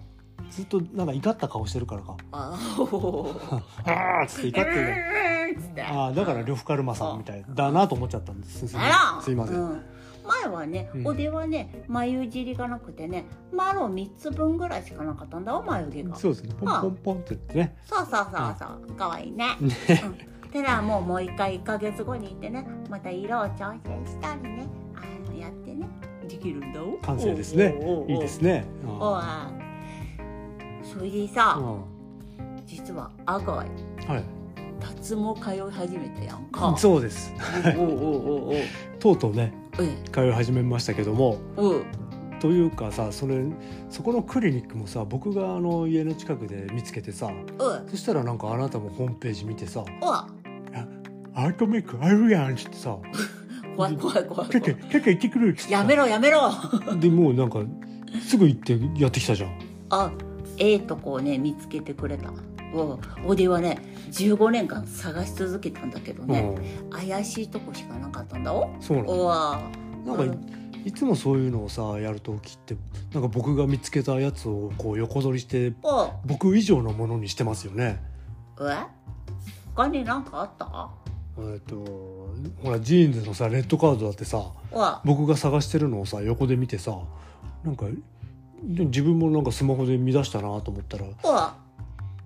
Speaker 2: ずっとなんか怒った顔してるからか
Speaker 1: あーおー。
Speaker 2: [laughs] ああつって怒ってる
Speaker 1: うーんっつって。
Speaker 2: ああだから呂布カルマさんみたいだなと思っちゃったんですすいま
Speaker 1: あ
Speaker 2: せ
Speaker 1: ら
Speaker 2: んすいません、
Speaker 1: うん前はね、
Speaker 2: うん
Speaker 1: おではね、眉尻がなくてね、マロ3つ分ぐらいしかなかったんだお眉毛が。
Speaker 2: そうですねポンポンポンって言ってね
Speaker 1: そうそうそうそう、かわいいね。
Speaker 2: ね
Speaker 1: うん、てらもうもう一回1ヶ月後に行ってね、また色を調整したりね、あのやってね、できるんだよ。
Speaker 2: 完成ですね
Speaker 1: おうおうおう
Speaker 2: いいですねうん
Speaker 1: おわ。それでさ、
Speaker 2: うん
Speaker 1: 実は赤は
Speaker 2: はい
Speaker 1: 脱毛通い始めたやんか。
Speaker 2: そうです
Speaker 1: おうおうおうおう。え
Speaker 2: とうとうね
Speaker 1: え、
Speaker 2: 通い始めましたけども
Speaker 1: おう。
Speaker 2: というかさそれそこのクリニックもさ僕があの家の近くで見つけてさ
Speaker 1: おう。
Speaker 2: そしたらなんかあなたもホームページ見てさ
Speaker 1: おわ。 [laughs]
Speaker 2: アートメイクあるやんってさ
Speaker 1: 怖い怖い怖い
Speaker 2: キャッキャ
Speaker 1: 怖い
Speaker 2: キャッキャ行ってくる
Speaker 1: やめろやめろ
Speaker 2: でもうなんかすぐ行ってやってきたじゃん
Speaker 1: あええとこをね見つけてくれたうんおではね15年間探し続けたんだけどね、
Speaker 2: う
Speaker 1: 怪しいとこしかなかったんだお
Speaker 2: ん、そうな
Speaker 1: お
Speaker 2: の
Speaker 1: わ
Speaker 2: なんかい,、つもそういうのをさやるときってなんか僕が見つけたやつをこう横取りして
Speaker 1: お
Speaker 2: 僕以上のものにしてますよね
Speaker 1: え他に何かあった
Speaker 2: えっとほらジーンズのさレッドカードだってさ
Speaker 1: わ
Speaker 2: 僕が探してるのをさ横で見てさなんかで自分もなんかスマホで見出したなと思ったら
Speaker 1: わ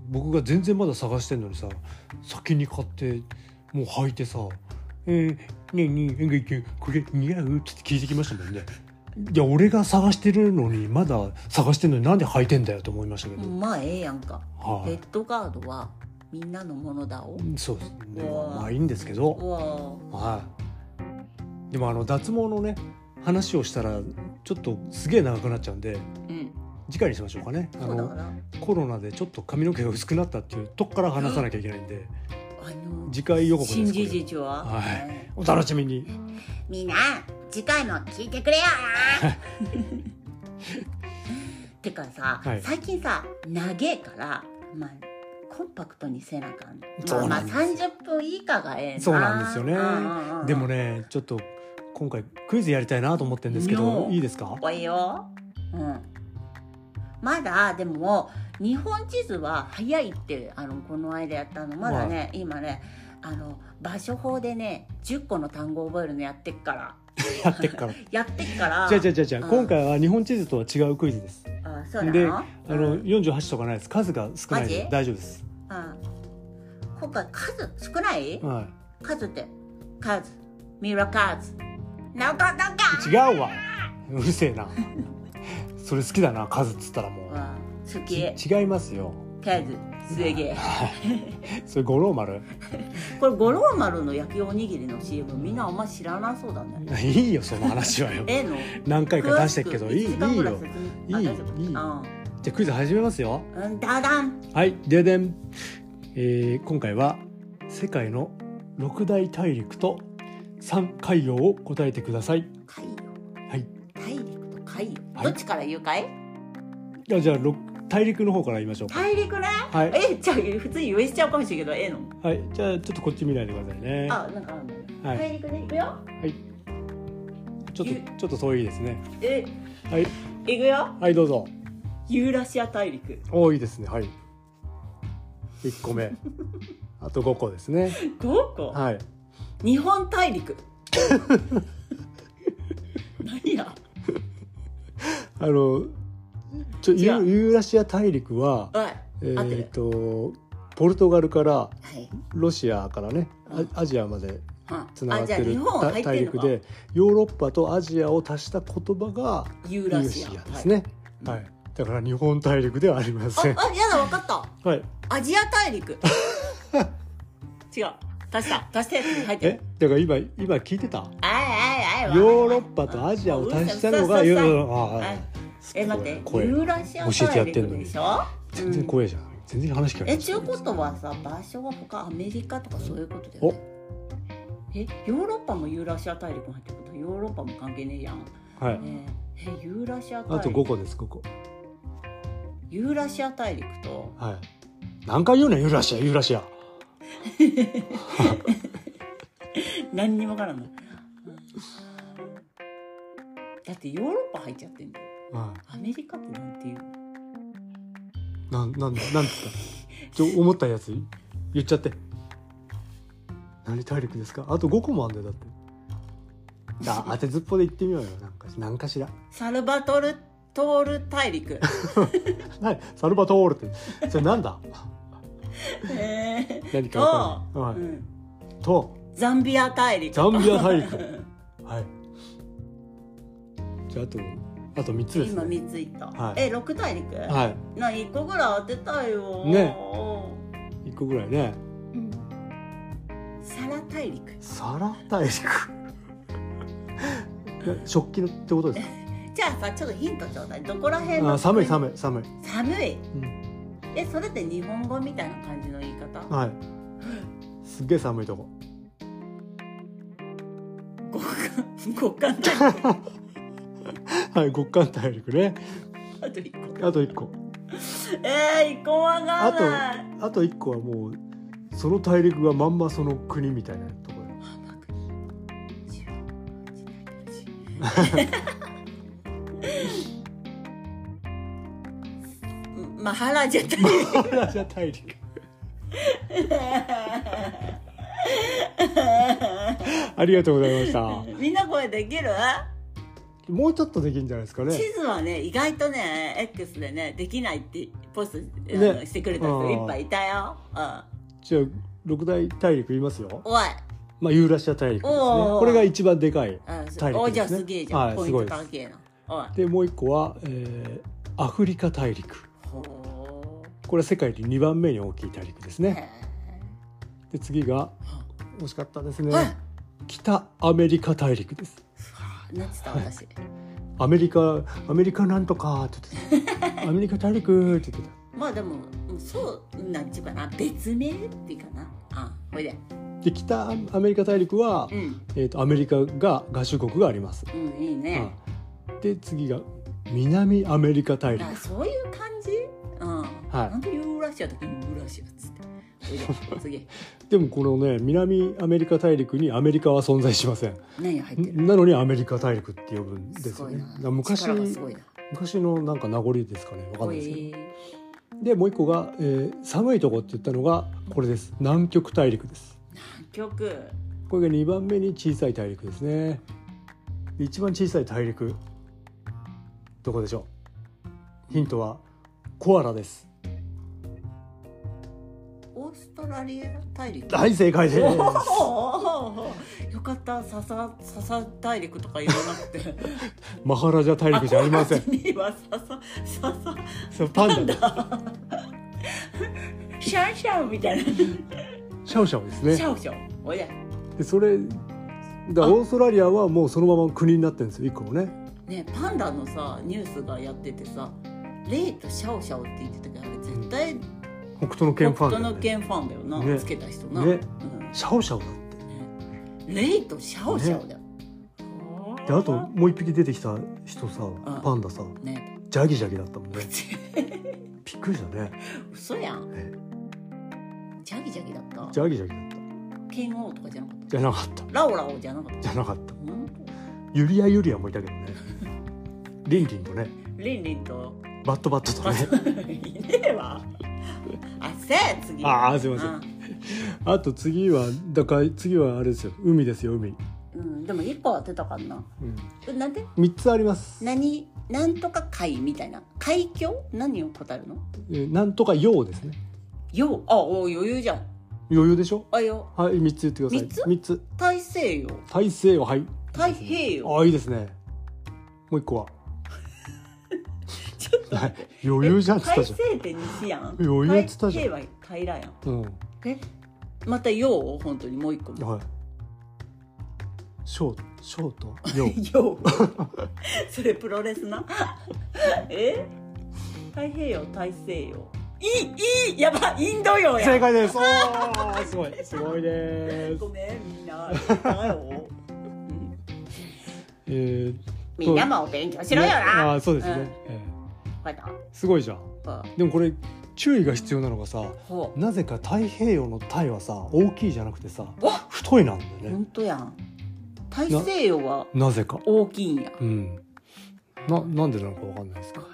Speaker 2: 僕が全然まだ探してんのにさ先に買ってもう履いてさ「えー、ねえねええんがいけんこれ似合う?」って聞いてきましたもんね。いや俺が探してるのにまだ探してるのになんで履いてんだよと思いましたけど、
Speaker 1: まあええやんか
Speaker 2: は
Speaker 1: レ
Speaker 2: い
Speaker 1: ッドカードはみんなのものだお
Speaker 2: そうですね
Speaker 1: うわ
Speaker 2: まあいいんですけど、
Speaker 1: わ
Speaker 2: はい、でもあの脱毛のね話をしたらちょっとすげえ長くなっちゃうんで
Speaker 1: うん
Speaker 2: 次回にしましょうかね
Speaker 1: そ
Speaker 2: あ
Speaker 1: うだ
Speaker 2: の
Speaker 1: な
Speaker 2: コロナでちょっと髪の毛が薄くなったっていうとこから話さなきゃいけないんで
Speaker 1: あの
Speaker 2: 次回予告です
Speaker 1: 新
Speaker 2: これ
Speaker 1: 事実は、
Speaker 2: はいお楽しみに
Speaker 1: みんな次回も聞いてくれよな
Speaker 2: [laughs]
Speaker 1: てかさ、
Speaker 2: はい
Speaker 1: 最近さ長えからまあコンパクトにせなあかん
Speaker 2: そう
Speaker 1: ま
Speaker 2: な
Speaker 1: あ、
Speaker 2: ん
Speaker 1: ま
Speaker 2: で
Speaker 1: あ
Speaker 2: すよ
Speaker 1: 30分以下がええな
Speaker 2: そうなんですよね
Speaker 1: うんうんうん
Speaker 2: でもねちょっと今回クイズやりたいなと思ってるんですけ
Speaker 1: よ
Speaker 2: ど
Speaker 1: う
Speaker 2: いいですか
Speaker 1: おいよ、うん、まだでも日本地図は早いってあのこの間やったのまだね、今ねあの場所法でね10個の単語覚えるのやってっから
Speaker 2: やってっからじ
Speaker 1: やってっから
Speaker 2: ゃあじゃあじゃあじゃあ
Speaker 1: うん
Speaker 2: 今回は日本地図とは違うクイズです
Speaker 1: あそうなの
Speaker 2: で
Speaker 1: うん
Speaker 2: あの48とかないです数が少ないん
Speaker 1: マ
Speaker 2: で
Speaker 1: ジ
Speaker 2: 大丈夫です
Speaker 1: うん今回数少ない、
Speaker 2: は
Speaker 1: 数って数ミラカズのことか
Speaker 2: い違うわうるせえなそれ好きだな数っつったらもう
Speaker 1: うん好き
Speaker 2: ち違いますよ
Speaker 1: 数すげえ
Speaker 2: それ五郎丸
Speaker 1: これ五郎丸の焼きおにぎりの CM みんなあんま知らなそうだね
Speaker 2: いいよその話はよ
Speaker 1: ええの
Speaker 2: 何回か出してっけどいいいい
Speaker 1: 詳しく一時間ぐら
Speaker 2: よいい
Speaker 1: い説明
Speaker 2: いい
Speaker 1: あ
Speaker 2: じゃあクイズ始めますよ
Speaker 1: 大丈夫うんうんダダン
Speaker 2: はい、ででん、えー今回は世界の六大大陸と三海洋を答えてください。
Speaker 1: 海洋
Speaker 2: はい、
Speaker 1: 大陸と海洋
Speaker 2: はい
Speaker 1: どっちから言うかい
Speaker 2: じゃあじゃあ六大陸の方から言いましょうか。
Speaker 1: 大陸ね
Speaker 2: はい、
Speaker 1: えじゃあ普通に言えしちゃうかもしれんけどええの
Speaker 2: はい、じゃあちょっとこっち見ないでくださいね。
Speaker 1: あなんかあるのよ
Speaker 2: はい
Speaker 1: 大陸で行くよ
Speaker 2: ちょっと
Speaker 1: ゆ
Speaker 2: ちょっと遠いですね。
Speaker 1: え
Speaker 2: はい、
Speaker 1: 行くよ
Speaker 2: はいどうぞ。
Speaker 1: ユーラシア大陸
Speaker 2: おーいいですね。はい。一個 [laughs] 目。あと五個ですね。
Speaker 1: どこ
Speaker 2: はい。
Speaker 1: 日本大
Speaker 2: [laughs]
Speaker 1: 陸何や
Speaker 2: あのちょユ
Speaker 1: 違う
Speaker 2: ーユーラシア大陸は
Speaker 1: おい
Speaker 2: えっ、
Speaker 1: 合ってる
Speaker 2: とポルトガルから
Speaker 1: はい、
Speaker 2: ロシアからねあアジアまで
Speaker 1: うん
Speaker 2: つながっ
Speaker 1: あじゃ
Speaker 2: て
Speaker 1: あ日
Speaker 2: る
Speaker 1: 本
Speaker 2: た
Speaker 1: 入ってんのか
Speaker 2: 大陸でヨーロッパとアジアを足した言葉が
Speaker 1: ユ
Speaker 2: ユ
Speaker 1: ーラ
Speaker 2: ー
Speaker 1: シ
Speaker 2: シ
Speaker 1: ア
Speaker 2: アですね、
Speaker 1: は
Speaker 2: はいいだから日本大陸ではありま
Speaker 1: はい
Speaker 2: せん
Speaker 1: ああやだわかった
Speaker 2: はい
Speaker 1: アジア大
Speaker 2: [laughs]
Speaker 1: 陸違う足した足したやつに入って
Speaker 2: え
Speaker 1: る
Speaker 2: だから今今聞いてた
Speaker 1: あいあいあい
Speaker 2: ヨーロッパとアジアを足したのが
Speaker 1: うる
Speaker 2: ユ
Speaker 1: さい
Speaker 2: ー
Speaker 1: う
Speaker 2: ロ
Speaker 1: るさい
Speaker 2: あ
Speaker 1: はい
Speaker 2: あ
Speaker 1: え待ってユ
Speaker 2: 声
Speaker 1: ーラシア大陸でしょ
Speaker 2: 全然
Speaker 1: うん
Speaker 2: 怖いじゃん全然話聞かな
Speaker 1: え
Speaker 2: い
Speaker 1: ちゅうことはさ場所は他アメリカとかそういうことだよねえヨーロッパもユーラシア大陸に入ってることヨーロッパも関係ねえやん
Speaker 2: はい
Speaker 1: ねええユーラシア
Speaker 2: あ
Speaker 1: 大
Speaker 2: と
Speaker 1: 陸
Speaker 2: 5個です5個
Speaker 1: ユーラシア大陸と
Speaker 2: はい何回言うねんユーラシアユーラシア
Speaker 1: 何にもわからない、だってヨーロッパ入っちゃってんだよ
Speaker 2: は
Speaker 1: アメリカってなんていう
Speaker 2: いなんなんなんつったちょ思ったやつ言っちゃって何大陸ですかあと5個もあんだよだってあ当てずっぽで言ってみようよなんかなんかしら
Speaker 1: サルバトルトール大陸
Speaker 2: はいサルバトールってそれなんだ
Speaker 1: えー
Speaker 2: [laughs] 何かわ
Speaker 1: と、
Speaker 2: かんないうは
Speaker 1: ん
Speaker 2: いと
Speaker 1: ザンビア大陸
Speaker 2: ザンビア大陸はいじゃああとあと3つです
Speaker 1: 今
Speaker 2: ね
Speaker 1: 3ついった、
Speaker 2: はい
Speaker 1: え六大陸、
Speaker 2: は
Speaker 1: な1個ぐらい当てたいよ
Speaker 2: ねい1個ぐらいね
Speaker 1: うんサラ大陸
Speaker 2: サラ大陸 [laughs] え食器のってことです
Speaker 1: じゃあさちょっとヒントちょうだいどこら辺
Speaker 2: か
Speaker 1: の
Speaker 2: あ寒い
Speaker 1: 国
Speaker 2: 寒い寒い、
Speaker 1: 寒い
Speaker 2: うん、
Speaker 1: えそれって日本語みたいな感じの言い方
Speaker 2: はいすっげえ寒いとこ
Speaker 1: 極極寒大陸
Speaker 2: はい極寒大陸ね
Speaker 1: あと一個
Speaker 2: あと1個
Speaker 1: えー、一個もわかんない
Speaker 2: あとあと1個はもうその大陸がまんまその国みたいなと [laughs] ころ
Speaker 1: [laughs] うんマハラジャ大
Speaker 2: マハラジャ大陸ありがとうございましたも
Speaker 1: [laughs] 陸みんなこれできる
Speaker 2: うちょっとできるんじゃないですかね
Speaker 1: 地図はね意外とね X でねできないってポスト、あの
Speaker 2: ね
Speaker 1: してくれた人いっぱいいたよ、
Speaker 2: じゃあ六大大陸言いますよ
Speaker 1: うん、おい
Speaker 2: まあユーラシア大陸ですね
Speaker 1: おー
Speaker 2: これが一番でか
Speaker 1: う
Speaker 2: い
Speaker 1: んそ
Speaker 2: 大
Speaker 1: お
Speaker 2: 陸
Speaker 1: じゃあ
Speaker 2: ですね
Speaker 1: すげえじゃん、
Speaker 2: はい
Speaker 1: ポイ
Speaker 2: す
Speaker 1: ン
Speaker 2: ご
Speaker 1: ト
Speaker 2: いです
Speaker 1: 関係なおい
Speaker 2: でもう一個は、えーアフリカ大陸
Speaker 1: ほ
Speaker 2: これは世界で2番目に大きい大陸です
Speaker 1: ー
Speaker 2: ね
Speaker 1: へ
Speaker 2: で次が惜しかったです
Speaker 1: ー
Speaker 2: ね
Speaker 1: はい
Speaker 2: 北アメリカ大陸です
Speaker 1: なんつった私
Speaker 2: アメリカアメリカなんとかって言っ
Speaker 1: [laughs]
Speaker 2: てたアメリカ大陸って言って
Speaker 1: まあでもうんそうなんちゅうかな別名っていうかなあほいで
Speaker 2: たで北アメリカ大陸は、
Speaker 1: うん
Speaker 2: えー、とアメリカが合衆国があります、
Speaker 1: うんいいね、
Speaker 2: うんで次が南アメリカ大陸
Speaker 1: あそういう感じうん、なんでユーラシアだけユーラシアっつってほ
Speaker 2: [laughs]
Speaker 1: いで次
Speaker 2: でもこのね南アメリカ大陸にアメリカは存在しません
Speaker 1: 何が入ってる
Speaker 2: んなのにアメリカ大陸って呼ぶんです
Speaker 1: す
Speaker 2: よ
Speaker 1: ごい
Speaker 2: ね
Speaker 1: な
Speaker 2: だから昔
Speaker 1: 力がすごいな
Speaker 2: 昔のなんか名残ですかねわかんないですけど、
Speaker 1: へー
Speaker 2: でもう一個が、えー寒いとこって言ったのがこれです南極大陸です
Speaker 1: 曲
Speaker 2: これが2番目に小さい大陸ですねで一番小さい大陸どこでしょうヒントはコアラです
Speaker 1: オーストラリア大陸
Speaker 2: 大正解です
Speaker 1: おーよかった笹笹大陸とか言わなくて
Speaker 2: マハラジャ大陸じゃありません
Speaker 1: 君は笹笹
Speaker 2: そうパンダ
Speaker 1: シャンシャンみたいな
Speaker 2: シャオシャオです
Speaker 1: シ
Speaker 2: ね
Speaker 1: ャオシャオおいで
Speaker 2: でそれだ
Speaker 1: あ
Speaker 2: オーストラリアはもうそのまま国になってるんですよ一個もね
Speaker 1: ねパンダのさニュースがやっててさレイとシャオシャオって言ってたけどあれ絶対
Speaker 2: 北斗の
Speaker 1: 北
Speaker 2: 拳ファンだ
Speaker 1: 斗
Speaker 2: よね
Speaker 1: の剣ファンだよな、
Speaker 2: ね
Speaker 1: つけた人な、
Speaker 2: ねシャオシャオだって
Speaker 1: うんレイとシャオシャオだよ、
Speaker 2: であともう一匹出てきた人さパンダさ
Speaker 1: ね
Speaker 2: ジャギジャギだったもんねびっくりしたね
Speaker 1: 嘘やん
Speaker 2: え
Speaker 1: ジャギジャギだった
Speaker 2: ジャギジャギだった
Speaker 1: 剣王とかじゃなかった
Speaker 2: じゃなかった
Speaker 1: ラオラオじゃなかった
Speaker 2: じゃなかった
Speaker 1: 本
Speaker 2: ユリアユリアもいたけど [laughs] ねリンリンとね
Speaker 1: 当リンリンと
Speaker 2: バットバットと
Speaker 1: [laughs]
Speaker 2: ね
Speaker 1: いねえ
Speaker 2: [laughs]
Speaker 1: わあせえ次
Speaker 2: あーすいませんあと次はだから次はあれですよ海ですよ海、
Speaker 1: うん、うんでも一個当てたかな
Speaker 2: うん、
Speaker 1: えなんで
Speaker 2: 3つあります、
Speaker 1: 何なんとか海みたいな海峡何を答えるの
Speaker 2: えーなんとかようですね
Speaker 1: ようあお余裕じゃん
Speaker 2: 余裕でしょ
Speaker 1: あよ
Speaker 2: はい3つ言ってください
Speaker 1: 三つ
Speaker 2: 三つ
Speaker 1: 大西洋
Speaker 2: 大西洋はい
Speaker 1: 太平洋
Speaker 2: あいいですねもう一個は
Speaker 1: ちょっと
Speaker 2: はい余裕じゃんっつった
Speaker 1: 大
Speaker 2: じゃん
Speaker 1: 西って西やん
Speaker 2: 余裕っつったじゃ
Speaker 1: 太平
Speaker 2: ん
Speaker 1: 洋は平らやん
Speaker 2: うんは
Speaker 1: えまた洋を本当にもう一個
Speaker 2: いショートショー
Speaker 1: [laughs]
Speaker 2: トよう
Speaker 1: よそれプロレスな [laughs] え太平洋大西洋いいいいやばインド洋や
Speaker 2: 正解ですおーすごいすごいです
Speaker 1: ごめんみんなだ
Speaker 2: [laughs]
Speaker 1: ようん
Speaker 2: えー、
Speaker 1: みんなもお勉強しろよ
Speaker 2: ね
Speaker 1: な、
Speaker 2: あーそうですね、
Speaker 1: うん
Speaker 2: え
Speaker 1: ほら
Speaker 2: えすごいじゃん
Speaker 1: ほ
Speaker 2: でもこれ注意が必要なのがさ
Speaker 1: ほ
Speaker 2: なぜか太平洋のタイはさ大きいじゃなくてさ
Speaker 1: わ
Speaker 2: 太いなんだよね
Speaker 1: 本当やん大西洋は
Speaker 2: なぜか
Speaker 1: 大きいんや
Speaker 2: うんななんでなのかわかんないですけど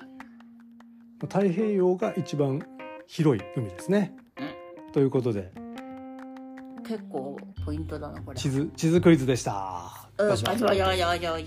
Speaker 2: 太平洋が一番広い海ですね、ということで
Speaker 1: 結構ポイントだなこれ
Speaker 2: 地図地図クイズでした、
Speaker 1: うんあ
Speaker 2: 私は
Speaker 1: そうよよよよよ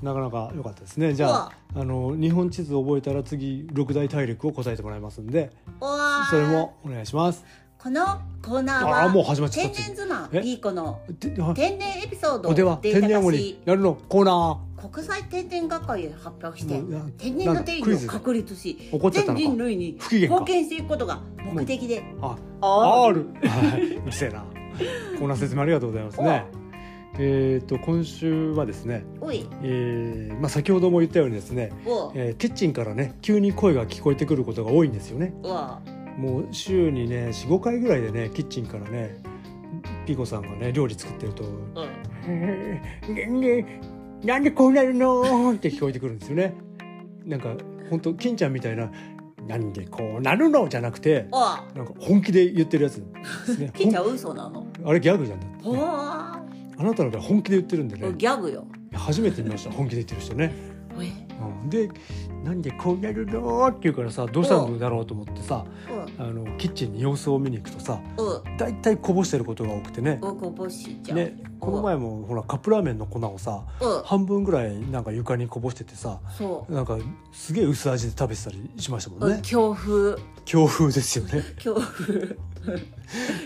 Speaker 2: なかなか良かったですねじゃああの日本地図を覚えたら次六大大陸を答えてもらいますんで
Speaker 1: うわー
Speaker 2: それもお願いします
Speaker 1: このコーナー
Speaker 2: ああーもう
Speaker 1: は
Speaker 2: 始まっちゃっ
Speaker 1: 天
Speaker 2: た
Speaker 1: 然妻
Speaker 2: え
Speaker 1: ピーコの
Speaker 2: てあ
Speaker 1: 天然エピソード
Speaker 2: おでは
Speaker 1: デー
Speaker 2: 天
Speaker 1: タ
Speaker 2: 然
Speaker 1: 化
Speaker 2: 主
Speaker 1: し
Speaker 2: にやるのコーナー
Speaker 1: 国際定点学会で発表して
Speaker 2: もういや
Speaker 1: 天然の定
Speaker 2: なんだクイ
Speaker 1: 義
Speaker 2: ズ
Speaker 1: を確立し
Speaker 2: 怒っちゃった
Speaker 1: 全
Speaker 2: のか
Speaker 1: 人類に
Speaker 2: 不機嫌か
Speaker 1: 貢献していくことが目的で
Speaker 2: あ
Speaker 1: あ
Speaker 2: R はいうるせえなコーナー説明ありがとうございますねえっ、と今週はですね、
Speaker 1: おい
Speaker 2: えーまあ、先ほども言ったようにですね、
Speaker 1: お
Speaker 2: えーキッチンからね急に声が聞こえてくることが多いんですよね
Speaker 1: うわ
Speaker 2: もう週にね45回ぐらいでねキッチンからねピコさんがね料理作ってると
Speaker 1: うん
Speaker 2: 「ねねなんでこうなるのって聞こえてくるんですよね。なんか本当金ちゃんみたいななんでこうなるのじゃなくて
Speaker 1: あ。
Speaker 2: なんか本気で言ってるやつですね
Speaker 1: [laughs] 金ちゃん嘘なの
Speaker 2: ほんあれギャグじゃんだって、
Speaker 1: ほ
Speaker 2: ね。
Speaker 1: ー
Speaker 2: あなたの場合本気で言ってるんでね。
Speaker 1: ギャグよ
Speaker 2: 初めて見ました本気で言ってる人ね。
Speaker 1: え
Speaker 2: うん、でなんでこうなるのって言うからさどうしたんだろうと思ってさあのキッチンに様子を見に行くとさ
Speaker 1: うんうん
Speaker 2: 大体こぼしてることが多くてね。
Speaker 1: うんこぼしちゃう
Speaker 2: ね、この前もほらカップラーメンの粉をさ
Speaker 1: うん
Speaker 2: 半分ぐらいなんか床にこぼしててさ
Speaker 1: そう
Speaker 2: なんかすげえ薄味で食べてたりしましたもん
Speaker 1: うん
Speaker 2: ね
Speaker 1: 強風
Speaker 2: 強風ですよね
Speaker 1: 強風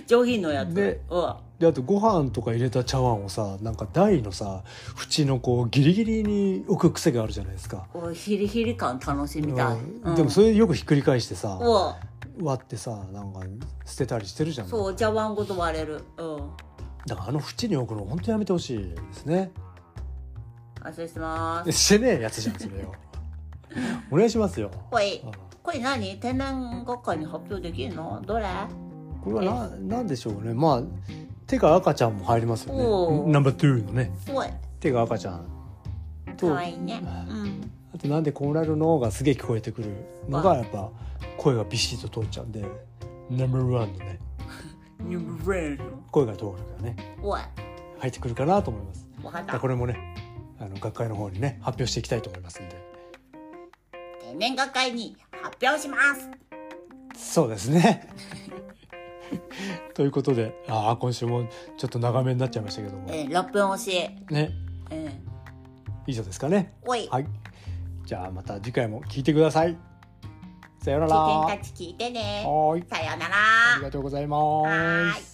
Speaker 1: 上品のやつ
Speaker 2: で
Speaker 1: うん
Speaker 2: であとご飯とか入れた茶碗をさなんか台のさ縁のこうギリギリに置く癖があるじゃないですか、
Speaker 1: おヒリヒリ感楽しみたい、
Speaker 2: うん
Speaker 1: うん
Speaker 2: でもそれよくひっくり返してさ
Speaker 1: お
Speaker 2: 割ってさなんか捨てたりしてるじゃん
Speaker 1: そうお茶碗ごと割れるうん
Speaker 2: だからあの縁に置くの本当やめてほしいですね
Speaker 1: 発生してます
Speaker 2: してねえやつじゃんそれ
Speaker 1: [laughs]
Speaker 2: よお願いしますよ
Speaker 1: これ
Speaker 2: あ
Speaker 1: これ何天然学会に発表できるのどれ
Speaker 2: これはななんでしょうねまあ手が赤ちゃんも入りますよ
Speaker 1: おー
Speaker 2: ねナンバー2のね
Speaker 1: おい
Speaker 2: 手が赤ちゃん
Speaker 1: か
Speaker 2: と
Speaker 1: わいいねうん
Speaker 2: あとなんでこうなるのがすげえ聞こえてくるのがやっぱ声がビシッと通っちゃうんでナンバーワンのね
Speaker 1: ニューブレン
Speaker 2: 声が通るからね
Speaker 1: おい
Speaker 2: 入ってくるかなと思います
Speaker 1: わかっ
Speaker 2: だから
Speaker 1: た
Speaker 2: これもねあの学会の方にね発表していきたいと思いますんで
Speaker 1: 天然学会に発表します
Speaker 2: そうです
Speaker 1: [laughs]
Speaker 2: ねということでああ今週もちょっと長めになっちゃいましたけども
Speaker 1: えー、6分押し
Speaker 2: ね
Speaker 1: うん
Speaker 2: 以上ですかね
Speaker 1: おい
Speaker 2: はいじゃあまた次回も聞いてくださいさようなら
Speaker 1: 危険
Speaker 2: は
Speaker 1: たち聞いてね
Speaker 2: ーい
Speaker 1: さよなら
Speaker 2: ありがとうございま
Speaker 1: はーい
Speaker 2: す